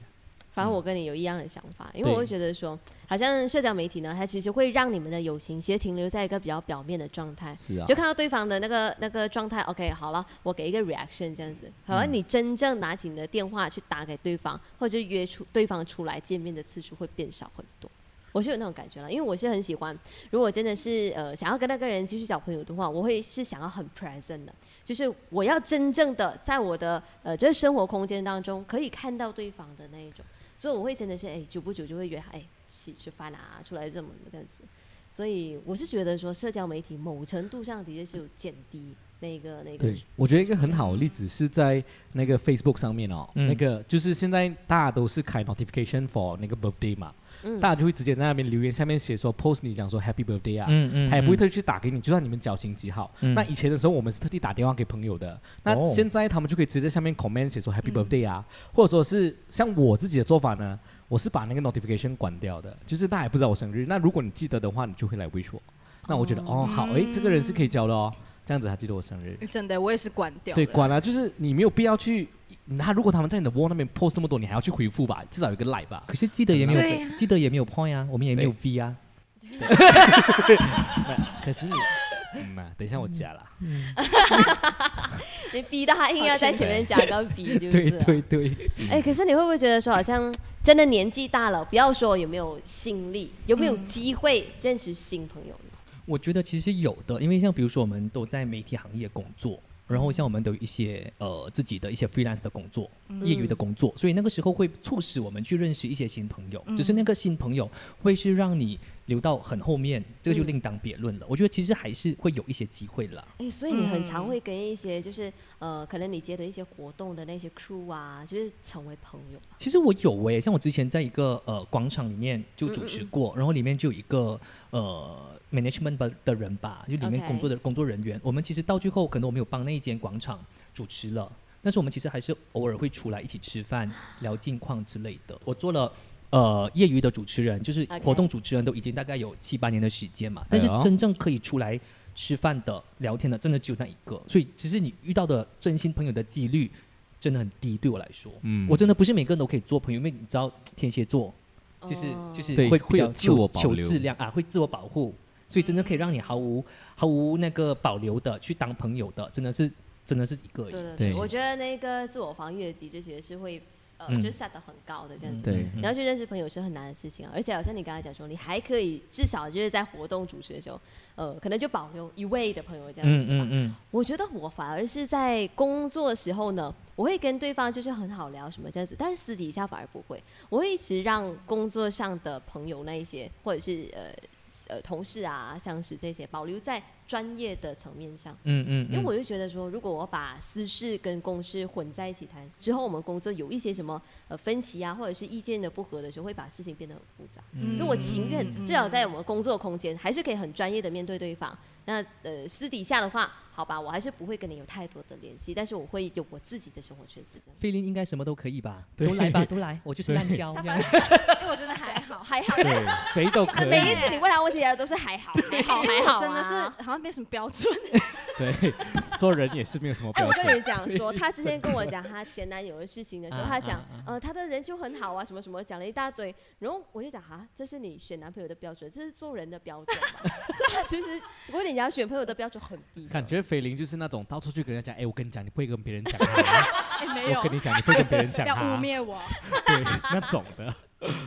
反正我跟你有一样的想法，因为我
对
会觉得说，好像社交媒体呢，它其实会让你们的友情其实停留在一个比较表面的状态。
是啊
就看到对方的那个那个状态，OK，好了，我给一个 reaction 这样子。好像你真正拿起你的电话去打给对方，或者是约出对方出来见面的次数会变少很多。我是有那种感觉了，因为我是很喜欢，如果真的是呃想要跟那个人继续交朋友的话，我会是想要很 present 的，就是我要真正的在我的呃就是生活空间当中可以看到对方的那一种，所以我会真的是哎久不久就会约他哎一起吃饭啊，出来这么这样子。所以我是觉得说，社交媒体某程度上的确是有减低那个那个
对，我觉得一个很好的例子是在那个 Facebook 上面哦，
嗯
那个就是现在大家都是开 notification for 那个 birthday 嘛，
嗯
大家就会直接在那边留言下面写说 post 你讲说 happy birthday 啊，
嗯嗯，
他也不会特地去打给你，就算你们交情极好。
嗯
那以前的时候，我们是特地打电话给朋友的。那
哦
现在他们就可以直接下面 comment 写说 Happy Birthday 啊，或者说是像我自己的做法呢，我是把那个 notification 关掉的，就是大家也不知道我生日。那如果你记得的话，你就会来 wish 我。那我觉得哦好，诶，这个人是可以交的哦，这样子他记得我生日。
真的，我也是关掉
对，啊
的，
管了、就是你没有必要去。那如果他们在你的 wall 那边 post 这么多，你还要去回复吧？至少有个 like 吧。
可是记得也没有、
对呀
记得也没有 point 啊，我们也没有 V 啊。
可是， 嗯啊，等一下我加啦。
你逼到他硬要在前面加个比，就是了。
对，
哎、可是你会不会觉得说，好像真的年纪大了，不要说有没有心力，有没有机会认识新朋友呢？
我觉得其实有的，因为像比如说我们都在媒体行业工作，然后像我们都有一些呃自己的一些 freelance 的工作、
嗯
业余的工作，所以那个时候会促使我们去认识一些新朋友。
嗯
只是那个新朋友会是让你留到很后面，这个就
嗯
另当别论了。我觉得其实还是会有一些机会啦。
哎、所以你很常
嗯
会跟一些就是呃，可能你接的一些活动的那些 crew 啊，就是成为朋友啊。
其实我有诶、像我之前在一个呃广场里面就主持过，然后里面就有一个呃 management 的的人吧，就里面
OK
工作的工作人员。我们其实到最后，可能我们有帮那一间广场主持了，但是我们其实还是偶尔会出来一起吃饭、聊近况之类的。我做了。呃，业余的主持人就是
OK
活动主持人，都已经大概有七八年的时间嘛，但是
哎呦
真正可以出来吃饭的、聊天的，真的只有那一个。所以，其实你遇到的真心朋友的几率真的很低，对我来说。
嗯
我真的不是每个人都可以做朋友，因为你知道天蝎座就是、
哦
就是
对
会
会
比较
有自
求
我保
求
留
质量啊，会自我保护，所以真的可以让你毫无毫无那个保留的去当朋友的，真的是真的是一个而已
对对
对
对，我觉得那个自我防御的机制其实是会呃，
嗯
就是 set 的很高的这样子。
对
你要去认识朋友是很难的事情啊，而且好像你刚才讲说，你还可以至少就是在活动主持的时候，呃，可能就保留一位的朋友这样
嗯
子吧。
嗯嗯，
我觉得我反而是在工作的时候呢，我会跟对方就是很好聊什么这样子，但是私底下反而不会，我会一直让工作上的朋友那一些，或者是呃呃同事啊、相识这些，保留在专业的层面上。
嗯嗯，
因为我就觉得说，如果我把私事跟公事混在一起谈，之后我们工作有一些什么呃分歧啊，或者是意见的不合的时候，会把事情变得很复杂。
嗯
所以我情愿至少在我们工作空间，还是可以很专业的面对对方。那呃私底下的话，好吧，我还是不会跟你有太多的联系，但是我会有我自己的生活圈子。这样
菲林应该什么都可以吧，都来吧，都来，我就是 滥交
他
这
反
样。
正
因为我真 的还好。
还好，
对，谁都可 以。
每一次你问他问题，他都是还好，还好，还好啊，
真的是好像没什么标准。
对，做人也是没有什么
哎，
标
我
准。
跟你讲说，她之前跟我讲她前男友的事情的
嗯
时候，
啊
她讲
啊啊，
呃，她的人就很好啊，什么什么，讲了一大堆。然后我就讲，哈，这是你选男朋友的标准，这是做人的标准嘛。 所以她其实，我跟你讲，选朋友的标准很低的。
感觉菲林就是那种到处去跟人家讲，哎，我跟你讲，你不会跟别人讲啊，
哎、没有
我，跟你讲，你不会跟别人
不
讲
要
啊
污，蔑我。
对，那种 的。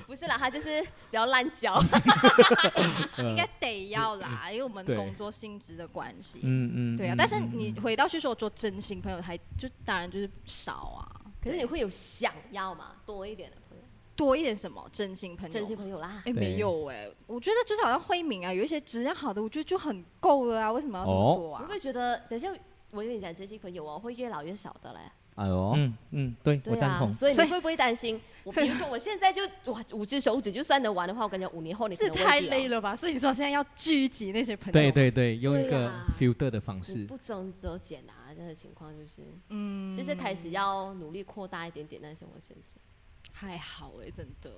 不是啦，她就是比较烂交。
嗯
应该得要啦，因为我们
对
工作性质的关系。
嗯嗯，
对啊
嗯，
但是
嗯
你
嗯
回到去说做真心朋友还，就当然就是少啊。
可是你会有想要嘛，多一点的朋友，
多一点什么真心朋友？
真心朋友啦。
哎、
对
没有哎、我觉得就是好像慧敏啊，有一些质量好的，我觉得就很够了啊，为什么要这么多
你会
哦
啊？
不会觉得，等一下我跟你讲，真心朋友哦，会越老越少的嘞。
哎呦，
嗯嗯，对我
对
赞
啊，
同。
所以
所
你
以
会不会担心？我比
所以
如说，我现在就哇五只手指就算得完的话，我感觉五年后你
是太累
了，
了吧？所以你说现在要聚集那些朋友，
对，对对，用一
对
个
啊
filter 的方
你
式，
不增则减啊，这个情况就是，
嗯，
就是开始要努力扩大一点点那生活圈子。
还好哎、真的，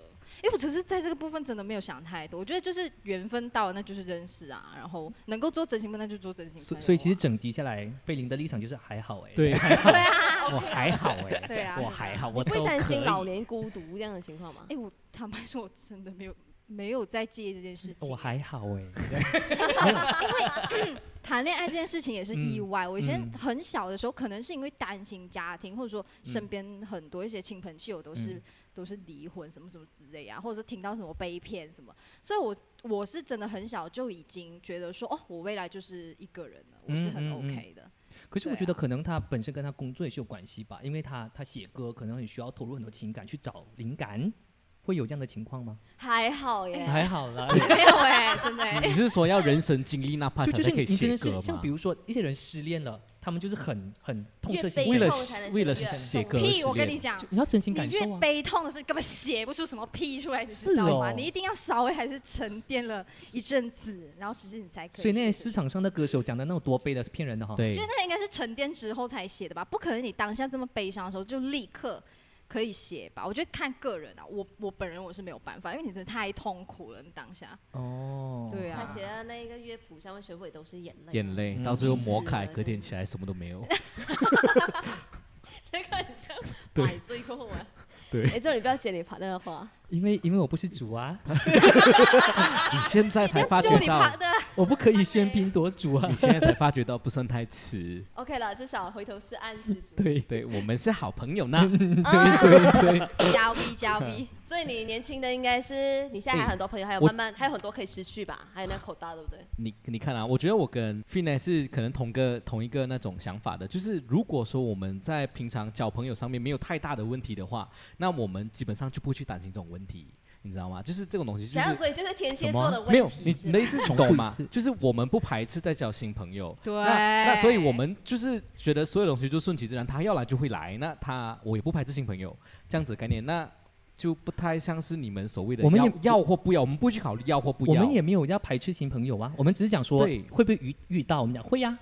因为我只是在这个部分真的没有想太多，我觉得就是缘分到了，那就是认识啊，然后能够做真心朋友那就做真心朋友
所
啊、
所以其实整集下来，贝林的立场就是还好哎，
对，
对啊，
我还好 哎，
对啊，
我
是的
还好，我
不会
都
担
可
心老
以。
年孤独这样的情况吗
哎、？我坦白说，我真的没有没有在介意这件事情。
嗯我还好哎，
谈恋爱这件事情也是意外。我以前
嗯
很小的时候，可能是因为担心家庭，或者说身边很多一些亲朋戚友都是、
嗯
都是离婚什么什么之类啊，或者是听到什么被骗什么，所以我我是真的很小就已经觉得说，哦，我未来就是一个人了，我是很
嗯嗯嗯
OK 的。
可是我
对
觉得
啊
可能他本身跟他工作也是有关系吧，因为他他写歌可能很需要投入很多情感去找灵感，会有这样的情况吗？
还好耶，
还好 啦，
没有哎、真的、欸。
你是说要人生经历那 part
就就
才
是
可以
你真
写
的是
歌
像
吗
比？如说一些人失恋了，他们就是很很痛彻
越
心
悲
扉，
为了
痛才能
为了
是越
写
痛
歌
屁！
失
我跟
恋
你讲
就，你要真心
你
感
越
受啊。
悲痛的时候，你根本写不出什么屁出来，你
是
知道吗？
哦
你一定要稍微还是沉淀了一阵子，然后只是你才可以。
所以那些市场上的歌手讲的那种多悲的是骗人的哈。，
对
觉得，那个应该是沉淀之后才写的吧，不可能你当下这么悲伤的时候就立刻可以写吧？我觉得看个人啊，我我本人我是没有办法，因为你真的太痛苦了，你当下。
哦，
对
他
啊，
写的那一个乐谱上面全部也都是眼泪，
眼泪
嗯
到最后
是
磨开，
的
隔天起来什么都没有。
那个很像
对
买醉过啊。
对
哎，这里不要剪你旁那个话，
因为因为我不是主啊，
你现在才发
就
觉
你
到，
怕的，
我不可以喧宾夺主啊
你。现在才发觉到不算太迟。
OK 了，至少回头是岸十足。
对，
对我们是好朋 友呢。
加 V 加 V，
所以你年轻的应该是你现在还有很多朋友，还有
我
慢慢还有很多可以失去吧，还有那口袋，对不对？
你你看啊，我觉得我跟 Fina 是可能同个同一个那种想法的，就是如果说我们在平常交朋友上面没有太大的问题的话，那我们基本上就不会去担心这种问题，你知道吗？就是这种东西就
怎样？
是。
所以就是天蝎
什么
座的问题。
没有，你
是
你
吧
的意思
重复
懂
一
吗
次？
就是我们不排斥在交新朋友，
对
那那所以我们就是觉得所有东西就顺其自然，他要来就会来，那他我也不排斥新朋友这样子的概念，那就不太像是你们所谓的
我们
要
也
要或不要，我们不会去考虑要或不
我
要。
们也没有要排斥新朋友啊，我们只是讲说
对
会不会遇遇到，我们讲会呀、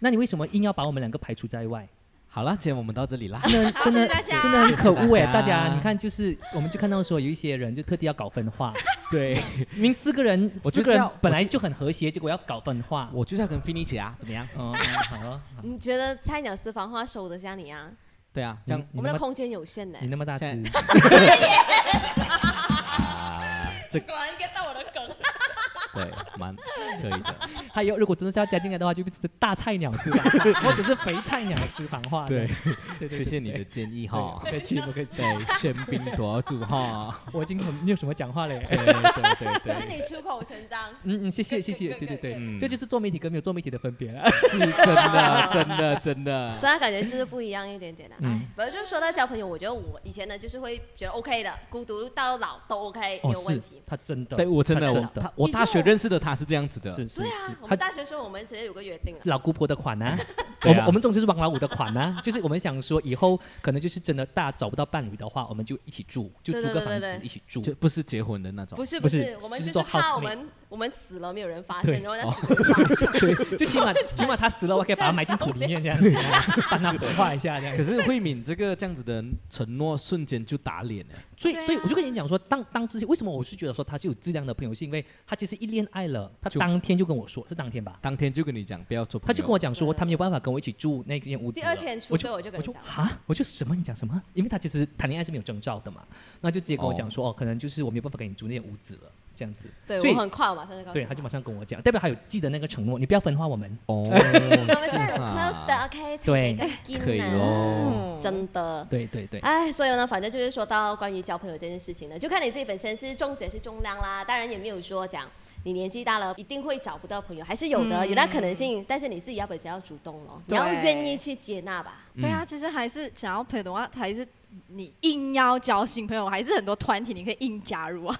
那你为什么硬要把我们两个排除在外？
好了，今天我们到这里啦。
真的
好
真的
谢谢大家
真的很可恶哎、
谢谢
大
大家
家你看，就是我们就看到说有一些人就特地要搞分 化，
对，
明明四个人，
我
四
就是
个人
要
本来就很和谐，结果要搞分 化。
我就是要跟 Fini 一起啊，怎么样？
哦，好哦，好
你觉得菜鸟私房话收得下你啊？
对啊，这样
你
我们
那
的
么
空间有限呢
你。那么大只
欸现， 啊，这
果然 get 到我的 梗。
对蛮可以的。
还有如果真的是要加进来的话，就变成大菜鸟私房，或者是肥菜鸟私房话。
对，
对对，
谢谢你的建议哈。
对，气不客气，
对，喧宾夺主哈。
我已经很没有什么讲话嘞。
对对对
可是
对，
你出口成章。
嗯嗯，谢谢谢谢，对对对，
嗯
这就是做媒体跟没有做媒体的分别了。
是 真的真的真的。
所以他感觉就是不一样一点点的、啊。
嗯
哎、反正就是说到交朋友，我觉得我以前呢就是会觉得 OK 的，孤独到老都 OK，没有问
哦是
题。
他真的，
对我真的
他
我
真的
他我
你
大
知
学
道
认识的他是这样子的，。
是是
对啊
是，，
我
他
们大学时候我们直接有个约定了，
老姑婆的款啊我
对
们
啊
我们总之是王老五的款啊， 就是我们想说以后可能就是真的大家找不到伴侣的话，我们就一起住，就租
对对
个
对
房
对
子
对
一起住。
就不是结婚的那种
不。是
不
不
是
是，我们
就是
就
做
是怕
housemate
我们我们死了没有人发
对哦
现，然后人家死了 发现。
对，就起码起码他死了，我可以把他埋进土里面这样子，啊帮他火化一下这样
可
子。
是慧敏这个这样子的承诺，瞬间就打脸了。
所以
对啊
所以我就跟你讲说，当当之前为什么我是觉得说他是有质量的朋友，是因为他其实一恋爱了，他
就
当天就跟我说，是当天吧？
当天就跟你讲不要做朋友，
他就跟我讲说，
对
他没有办法跟我一起住那间屋子
嗯第
了。
二天出
我就
车我就跟
我
你
就
讲，
哈，我就什么你讲什么？因为他其实谈恋爱是没有征兆的嘛，那就直接跟我讲说，哦可能就是我没有办法给你租那间屋子了，这样子。
对
所以
我很快，我马上就告诉
对，他就马上跟我讲，代表他有记得那个承诺，你不要分化我们。
哦，
我们是很
是啊
close 的，OK，才
对
没个劲
可以
啊
咯。
嗯
真的。
对对对，
哎，所以呢，反正就是说到关于交朋友这件事情呢，就看你自己本身是重质还是重量啦。当然也没有说讲你年纪大了一定会找不到朋友，还是有的，有那可能性。但是你自己要本身要主动咯，你要
嗯对
愿意去接纳吧。
对啊，其实还是想要朋友的话，还是你硬要交新朋友，还是很多团体你可以硬加入 啊。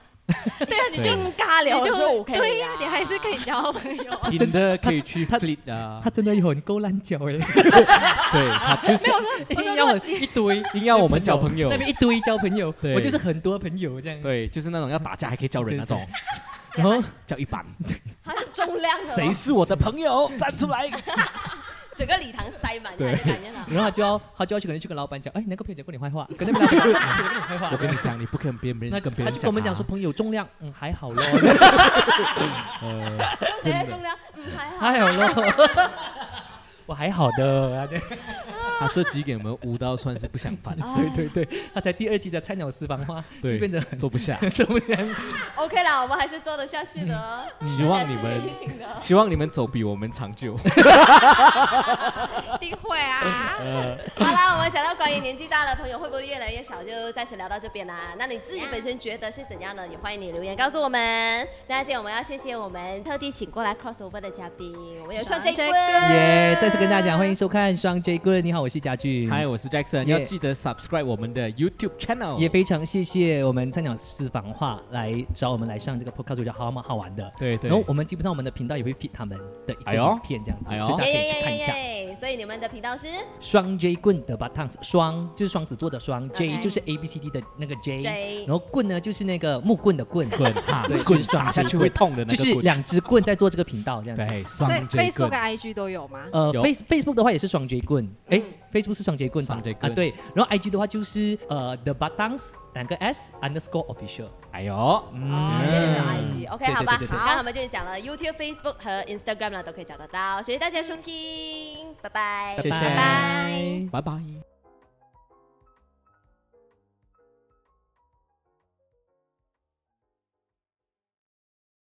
对啊，你就
硬尬聊
你
的
就
时候我可以、
对呀、你还是可以啊交朋友啊。
真的嗯可以去 flit 啊
他，真的有很够烂交 哎，
没有我说，我说如果
硬要
对他就是
我一堆
硬 要我们交朋友
那，边一堆交朋友，
对
我就是很多朋友这样。
对，就是那种要打架还可以叫人那种，
然后
叫一板，
他是重量的咯，
谁是我的朋友，站出来。
整个礼堂塞满他
对
的感觉 啦。
然后他就要他就要去可能去跟老板讲，哎，那个朋友讲过你坏话，跟那个老板讲过你坏话
我。跟你讲，你不跟别人
那
跟别人
他就跟我们讲说
啊，
朋友重量，嗯，还好 咯，
呃
重质还是重量，嗯，还好。
还好咯， 我还好的，他就
他这集给我们舞蹈算是不相犯，
哦
对对对，他才第二季的菜鸟私房话就
对
变得很
做不下。
怎么样？
OK 啦，我们还是做得下去 的。哦
希望你们
大家是一挺的
希望你们走比我们长久。
一定会啊。
好啦，我们讲到关于年纪大了朋友会不会越来越少，就暂时聊到这边啦。那你自己本身觉得是怎样的？也欢迎你留言告诉我们。那今天我们要谢谢我们特地请过来 crossover 的嘉宾，我们有双 J
双 J
棍，
耶！再次跟大家讲，欢迎收看双 J 棍，你好，我是家具。
嗨，我是 Jackson，
Yeah
要记得 subscribe 我们的 YouTube channel。
也非常谢谢我们菜鸟私房话来找我们来上这个 podcast，我觉得好好好玩的。
对对
然后我们基本上我们的频道也会 fit 他们的一
哎
个
呦
影片这样子，
哎呦
所以大家
耶
可
耶
以去看
耶
一下。
耶耶！所以你们的频道是
双 J 棍的 b a t a n s 双就是双子座的双
OK
，J 就是 A B C D 的那个 J，
J
然后棍呢就是那个木棍的棍，
滚哈，
对
滚
就是
打下去
棍
会痛的那
就
个
是
棍。
两只棍在做这个频道这样子。
对，
所以
双 J
Facebook 啊跟
棍。
IG 都有吗？
呃
有
，Face Facebook 的话也是双 J 棍，哎
嗯
，Facebook 是双 J 棍吧
双 J
啊
棍
对，然后 IG 的话就是呃 The b a t a n s 两个 S underscore official。
哎呦，
哦，
嗯，
原来没有 IG。OK，
对对
好吧，
对对对
那我们就讲了 YouTube、Facebook 和 Instagram 啦，都可以找得到。谢谢大家收听，拜拜，
谢谢
拜拜。
拜拜。